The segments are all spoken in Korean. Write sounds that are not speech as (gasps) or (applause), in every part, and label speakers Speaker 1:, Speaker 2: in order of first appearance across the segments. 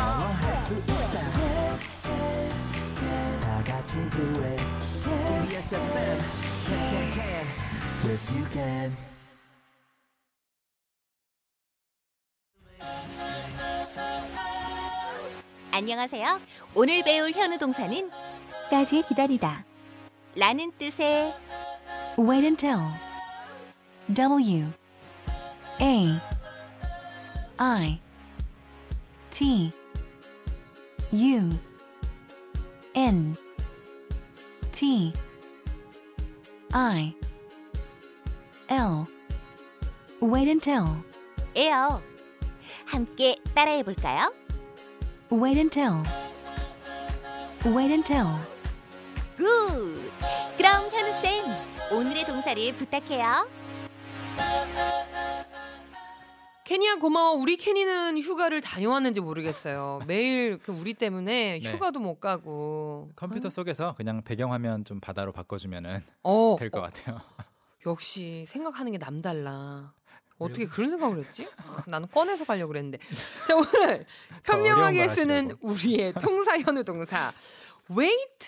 Speaker 1: 영화할 수 있다 다 같이 do it KBS FM can can can yes you can
Speaker 2: 안녕하세요. 오늘 배울 현우 동사는
Speaker 3: 까지 기다리다.
Speaker 2: 라는 뜻의
Speaker 3: Wait until. W. A. I. T. U. N. T. I. L. Wait until.
Speaker 2: 에요. 함께 따라해 볼까요?
Speaker 3: Wait until. Wait until.
Speaker 2: 굿! 그럼 현우쌤, 오늘의 동사를 부탁해요.
Speaker 4: 케니야 고마워. 우리 케니는 휴가를 다녀왔는지 모르겠어요. 매일 그 우리 때문에
Speaker 5: 네.
Speaker 4: 휴가도 못 가고.
Speaker 5: 컴퓨터 속에서 그냥 배경화면 좀 바다로 바꿔주면은
Speaker 4: 어,
Speaker 5: 될 것 같아요. (laughs)
Speaker 4: 역시 생각하는 게 남달라. 어떻게
Speaker 5: 음.
Speaker 4: 그런 생각을 했지? 아, 나는 꺼내서 가려고 그랬는데. 자, 오늘
Speaker 5: 어려운
Speaker 4: 현명하게
Speaker 5: 걸
Speaker 4: 쓰는
Speaker 5: 하시려고. (laughs)
Speaker 4: 우리의 통사 현우 동사. wait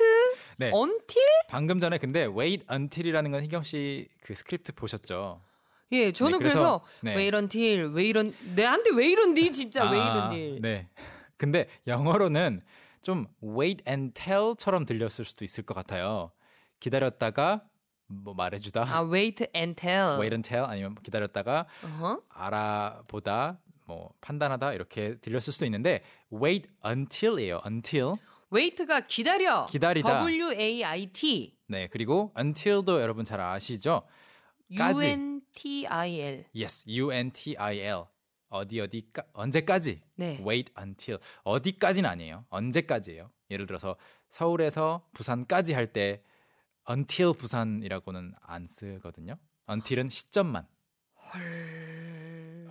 Speaker 5: 네.
Speaker 4: until?
Speaker 5: 방금 전에 근데 wait until이라는 건 희경 씨 그 스크립트 보셨죠?
Speaker 4: 예, 저는
Speaker 5: 네,
Speaker 4: 그래서,
Speaker 5: 그래서, 네.
Speaker 4: wait 네, until, 왜 이런 내한테 왜 이런디 진짜 왜
Speaker 5: 아,
Speaker 4: 이런디.
Speaker 5: 네. (laughs) 근데 영어로는 좀 wait and tell처럼 들렸을 수도 있을 것 같아요. 기다렸다가 뭐 말해주다.
Speaker 4: 아, wait and tell.
Speaker 5: wait and tell 아니면 기다렸다가
Speaker 4: 어허.
Speaker 5: 알아보다 뭐 판단하다 이렇게 들렸을 수도 있는데 wait until이에요. until.
Speaker 4: 웨이트가 기다려.
Speaker 5: 기다리다.
Speaker 4: W A I T
Speaker 5: 네. 그리고 until도 여러분 잘 아시죠?
Speaker 4: U
Speaker 5: 까지.
Speaker 4: N T I L.
Speaker 5: Yes, U N T I L. 어디 어디 까 언제까지?
Speaker 4: 네.
Speaker 5: Wait until 어디까지는 아니에요. 언제까지예요? 예를 들어서 서울에서 부산까지 할 때 until 부산이라고는 안 쓰거든요. until은 시점만.
Speaker 4: 헐.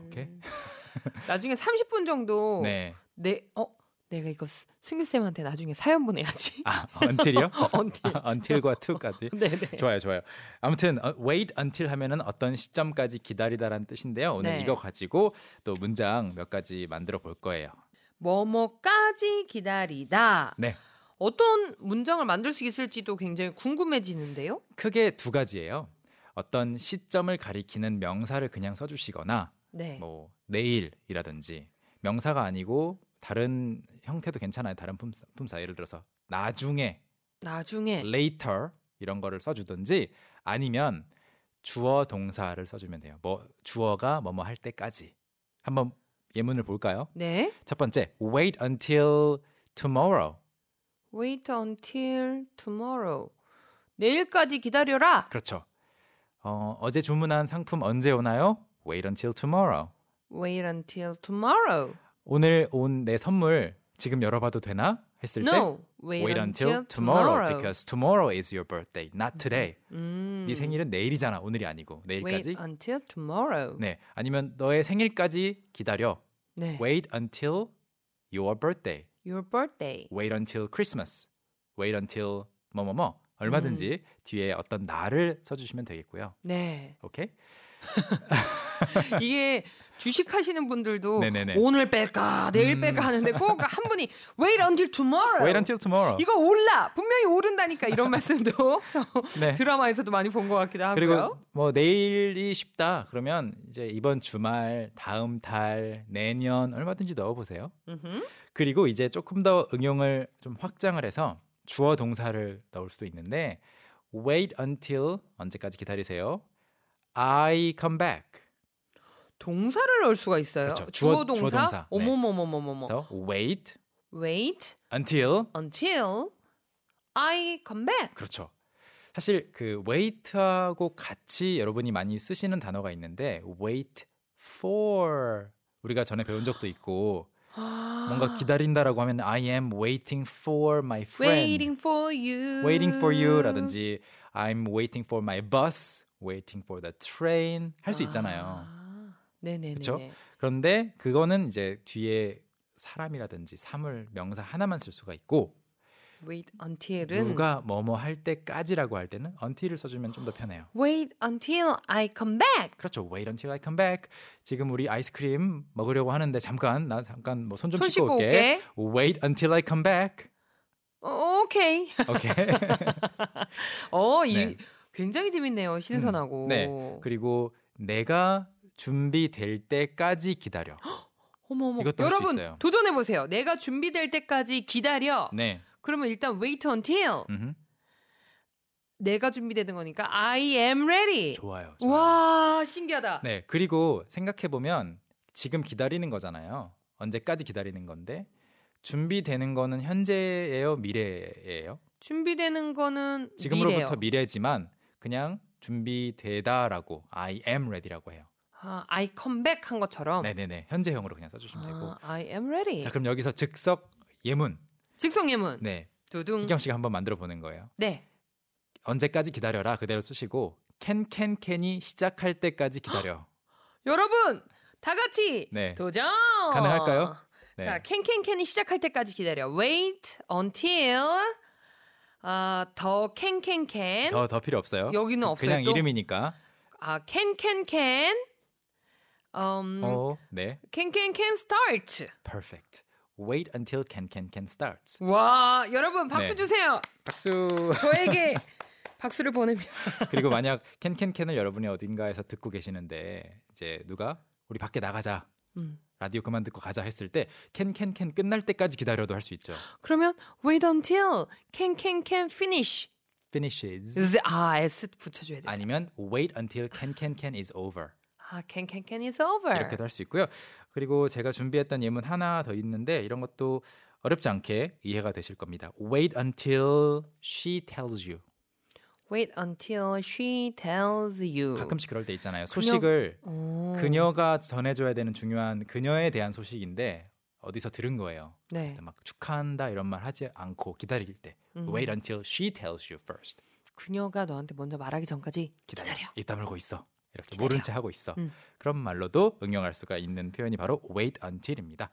Speaker 5: 오케이. (laughs)
Speaker 4: 나중에 30분 정도
Speaker 5: 네.
Speaker 4: 내 어, 내가 이거 스- 승규 쌤한테 나중에 사연 보내야지.
Speaker 5: 아,
Speaker 4: (laughs)
Speaker 5: until이요?
Speaker 4: 언틸.
Speaker 5: 아, (laughs) until과 to까지.
Speaker 4: 네, 어, (laughs) 네.
Speaker 5: 좋아요, 좋아요. 아무튼 어, wait until 하면은 어떤 시점까지 기다리다라는 뜻인데요. 오늘
Speaker 4: 네.
Speaker 5: 이거 가지고 또 문장 몇 가지 만들어 볼 거예요.
Speaker 4: 뭐뭐까지 기다리다.
Speaker 5: 네.
Speaker 4: 어떤 문장을 만들 수 있을지도 굉장히 궁금해지는데요.
Speaker 5: 크게 두 가지예요. 어떤 시점을 가리키는 명사를 그냥 써주시거나
Speaker 4: 네.
Speaker 5: 뭐 내일이라든지 명사가 아니고 다른 형태도 괜찮아요. 다른 품사, 품사 예를 들어서 나중에 음.
Speaker 4: 나중에
Speaker 5: later 이런 거를 써주든지 아니면 주어 동사를 써주면 돼요. 뭐 주어가 뭐뭐 할 때까지 한번 예문을 볼까요?
Speaker 4: 네.
Speaker 5: 첫 번째 wait until tomorrow
Speaker 4: Wait until tomorrow. 내일까지 기다려라.
Speaker 5: 그렇죠. 어, 어제 주문한 상품 언제 오나요? wait until tomorrow
Speaker 4: Wait until tomorrow.
Speaker 5: 오늘 온 내 선물 지금 열어봐도 되나? 했을 때
Speaker 4: No, wait,
Speaker 5: wait until tomorrow because tomorrow is your birthday, not today.
Speaker 4: 음,
Speaker 5: 네 생일은 내일이잖아. 오늘이 아니고 내일까지.
Speaker 4: wait until tomorrow.
Speaker 5: 네. 아니면 너의 생일까지 기다려.
Speaker 4: 네.
Speaker 5: wait until your birthday.
Speaker 4: Your birthday.
Speaker 5: wait until Christmas. wait until 뭐뭐뭐. 얼마든지
Speaker 4: 음.
Speaker 5: 뒤에 어떤 날을 써 주시면 되겠고요. (laughs)
Speaker 4: 네.
Speaker 5: 오케이?
Speaker 4: 이게 주식하시는 분들도
Speaker 5: 네네네.
Speaker 4: 오늘 뺄까 내일
Speaker 5: 음.
Speaker 4: 뺄까 하는데 꼭 한 분이 wait until tomorrow.
Speaker 5: wait until tomorrow.
Speaker 4: 이거 올라 분명히 오른다니까
Speaker 5: (laughs)
Speaker 4: 이런 말씀도 저
Speaker 5: 네.
Speaker 4: 드라마에서도 많이 본 것 같기도 하고요.
Speaker 5: 그리고 뭐 내일이 쉽다 그러면 이제 이번 주말, 다음 달, 내년 얼마든지 넣어보세요.
Speaker 4: 음흠.
Speaker 5: 그리고 이제 조금 더 응용을 좀 확장을 해서 주어 동사를 넣을 수도 있는데 wait until 언제까지 기다리세요. I come back.
Speaker 4: 동사를 넣을 수가 있어요.
Speaker 5: 그렇죠.
Speaker 4: 주어
Speaker 5: 주어-
Speaker 4: 동사.
Speaker 5: 주어 동사. 네.
Speaker 4: 어머머머머머머.
Speaker 5: 그래서 wait
Speaker 4: Wait
Speaker 5: until
Speaker 4: until I come back.
Speaker 5: (gasps) 그렇죠. 사실 그 wait하고 같이 여러분이 많이 쓰시는 단어가 있는데 wait for 우리가 전에 배운 적도 있고
Speaker 4: 아,
Speaker 5: 뭔가 기다린다라고 하면 I am waiting for my friend,
Speaker 4: Waiting for you.
Speaker 5: waiting for you라든지 I'm waiting for my bus, waiting for the train 할 수 있잖아요.
Speaker 4: 아, 네네네.
Speaker 5: 그쵸? 그런데 그거는 이제 뒤에 사람이라든지 사물 명사 하나만 쓸 수가 있고
Speaker 4: Wait until은
Speaker 5: 누가 뭐뭐 할 때까지라고 할 때는 until을 써주면 좀 더 편해요.
Speaker 4: Wait until I come back.
Speaker 5: 그렇죠. Wait until I come back. 지금 우리 아이스크림 먹으려고 하는데 잠깐 나 잠깐 뭐 손 좀
Speaker 4: 손
Speaker 5: 씻고
Speaker 4: 씻고
Speaker 5: 올게. Wait until I come back.
Speaker 4: 어, 오케이. (laughs)
Speaker 5: 오케이.
Speaker 4: 어, 이
Speaker 5: 네.
Speaker 4: 굉장히 재밌네요. 신선하고.
Speaker 5: 네. 그리고 내가 준비될
Speaker 4: (gasps)
Speaker 5: 때까지 기다려.
Speaker 4: 어머 어머.
Speaker 5: 이것도 할수 있어요.
Speaker 4: 여러분 도전해 보세요. 내가 준비될 때까지 기다려.
Speaker 5: 네.
Speaker 4: 그러면 일단 wait until
Speaker 5: 음흠.
Speaker 4: 내가 준비되는 거니까 I am ready.
Speaker 5: 좋아요. 좋아요.
Speaker 4: 와, 신기하다.
Speaker 5: 네. 그리고 생각해 보면 지금 기다리는 거잖아요. 언제까지 기다리는 건데 준비되는 거는 현재예요, 미래예요?
Speaker 4: 준비되는 거는
Speaker 5: 지금으로부터
Speaker 4: 미래요.
Speaker 5: 미래지만 그냥 준비되다라고 I am ready라고 해요.
Speaker 4: 아, I come back 한 것처럼.
Speaker 5: 네네네 현재형으로 그냥 써주시면 되고
Speaker 4: 어. 아, I am ready.
Speaker 5: 자 그럼 여기서 즉석 예문
Speaker 4: 직성 예문.
Speaker 5: 네
Speaker 4: 두둥.
Speaker 5: 희경 씨가 한번 만들어 보는 거예요.
Speaker 4: 네.
Speaker 5: 언제까지 기다려라 그대로 쓰시고 캔캔캔이 시작할 때까지 기다려.
Speaker 4: 여러분 다 같이
Speaker 5: 네.
Speaker 4: 도전
Speaker 5: 가능할까요? 네.
Speaker 4: 자 캔캔캔이 시작할 때까지 기다려 wait until 아더 캔캔캔
Speaker 5: 더, 더 필요 없어요.
Speaker 4: 여기는 없어요,
Speaker 5: 그냥
Speaker 4: 또?
Speaker 5: 이름이니까.
Speaker 4: 아 캔캔캔 음
Speaker 5: 어, 네.
Speaker 4: 캔캔캔 start
Speaker 5: Perfect. Wait until can can can starts.
Speaker 4: 와 여러분 박수
Speaker 5: 네.
Speaker 4: 주세요
Speaker 5: 박수.
Speaker 4: 저에게 박수를 보내면
Speaker 5: (laughs) 그리고 만약 can can can을 여러분이 어딘가에서 듣고 계시는데 이제 누가 우리 밖에 나가자.
Speaker 4: 음.
Speaker 5: 라디오 그만 듣고 가자 했을 때 can can can 끝날 때까지 기다려도 할 수 있죠.
Speaker 4: 그러면 wait until 캔캔캔 finish
Speaker 5: Finishes.
Speaker 4: Z- 아 s 붙여줘야 돼
Speaker 5: 아니면 wait until can can can is over.
Speaker 4: 아 캔캔캔 is over
Speaker 5: 이렇게도 할 수 있고요. 그리고 제가 준비했던 예문 하나 더 있는데 이런 것도 어렵지 않게 이해가 되실 겁니다. Wait until she tells you.
Speaker 4: Wait until she tells you.
Speaker 5: 가끔씩 그럴 때 있잖아요. 소식을
Speaker 4: 오.
Speaker 5: 그녀가 전해줘야 되는 중요한 그녀에 대한 소식인데 어디서 들은 거예요.
Speaker 4: 네.
Speaker 5: 그래서 막 축하한다 이런 말 하지 않고 기다릴 때
Speaker 4: 음.
Speaker 5: Wait until she tells you first.
Speaker 4: 그녀가 너한테 먼저 말하기 전까지
Speaker 5: 기다려.
Speaker 4: 기다려.
Speaker 5: 입 다물고 있어. 이렇게
Speaker 4: 기다려.
Speaker 5: 모른 채 하고 있어.
Speaker 4: 음.
Speaker 5: 그런 말로도 응용할 수가 있는 표현이 바로 wait until입니다.